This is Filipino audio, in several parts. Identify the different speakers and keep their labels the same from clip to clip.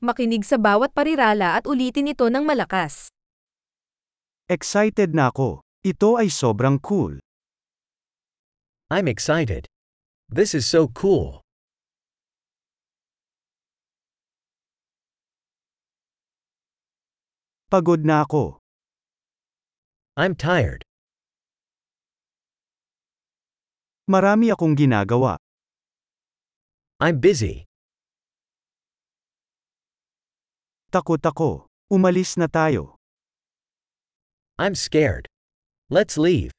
Speaker 1: Makinig sa bawat parirala at ulitin ito ng malakas.
Speaker 2: Excited na ako. Ito ay sobrang cool.
Speaker 3: I'm excited. This is so cool.
Speaker 2: Pagod na ako.
Speaker 3: I'm tired.
Speaker 2: Marami akong ginagawa.
Speaker 3: I'm busy.
Speaker 2: Takot ako. Umalis na tayo.
Speaker 3: I'm scared. Let's leave.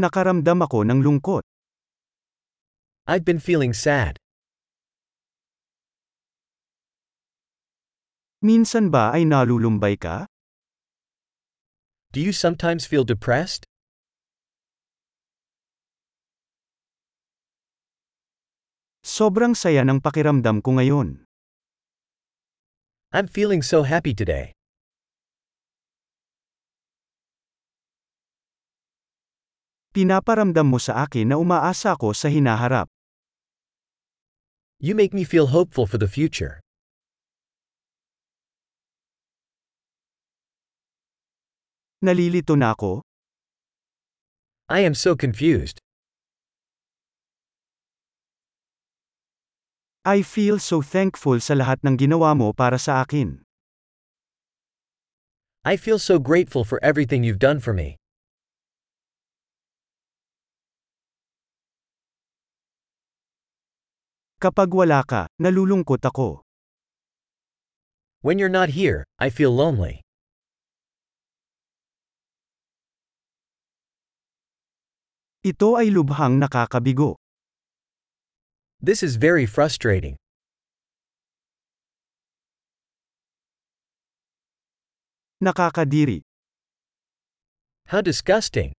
Speaker 2: Nakaramdam ako ng lungkot.
Speaker 3: I've been feeling sad.
Speaker 2: Minsan ba ay nalulumbay ka?
Speaker 3: Do you sometimes feel depressed?
Speaker 2: Sobrang saya ng pakiramdam ko ngayon.
Speaker 3: I'm feeling so happy today.
Speaker 2: Pinaparamdam mo sa akin na umaasa ako sa hinaharap.
Speaker 3: You make me feel hopeful for the future.
Speaker 2: Nalilito na ako.
Speaker 3: I am so confused.
Speaker 2: I feel so thankful sa lahat ng ginawa mo para sa akin.
Speaker 3: I feel so grateful for everything you've done for me.
Speaker 2: Kapag wala ka, nalulungkot ako.
Speaker 3: When you're not here, I feel lonely.
Speaker 2: Ito ay lubhang nakakabigo.
Speaker 3: This is very frustrating.
Speaker 2: Nakakadiri.
Speaker 3: How disgusting.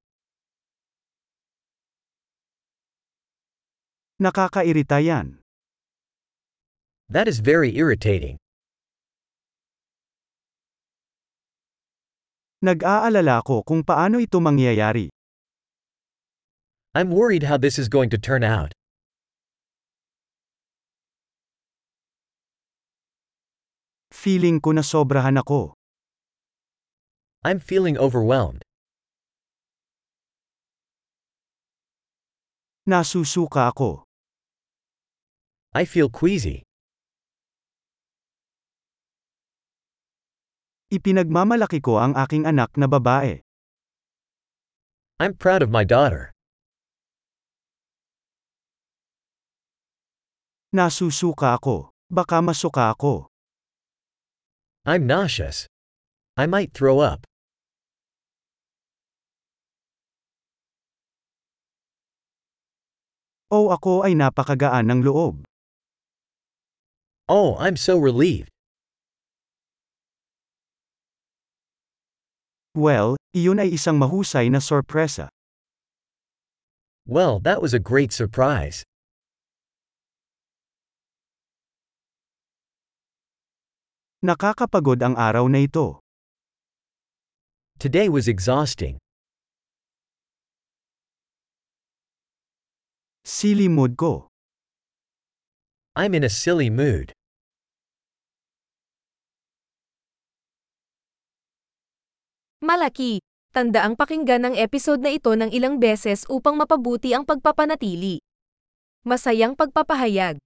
Speaker 2: Nakakairita yan.
Speaker 3: That is very irritating.
Speaker 2: Nag-aalala ko kung paano ito mangyayari.
Speaker 3: I'm worried how this is going to turn out.
Speaker 2: Feeling ko na sobrahan ako.
Speaker 3: I'm feeling overwhelmed.
Speaker 2: Nasusuka ako.
Speaker 3: I feel queasy.
Speaker 2: Ipinagmamalaki ko ang aking anak na babae.
Speaker 3: I'm proud of my daughter.
Speaker 2: Nasusuka ako. Baka masuka ako.
Speaker 3: I'm nauseous. I might throw up.
Speaker 2: O ako ay napakagaan ng loob.
Speaker 3: Oh, I'm so relieved.
Speaker 2: Well, iyon ay isang mahusay na sorpresa.
Speaker 3: Well, that was a great surprise.
Speaker 2: Nakakapagod ang araw na ito.
Speaker 3: Today was exhausting.
Speaker 2: Silly mood ko.
Speaker 3: I'm in a silly mood.
Speaker 1: Malaki. Tanda ang pakinggan ng episode na ito ng ilang beses upang mapabuti ang pagpapanatili. Masayang pagpapahayag.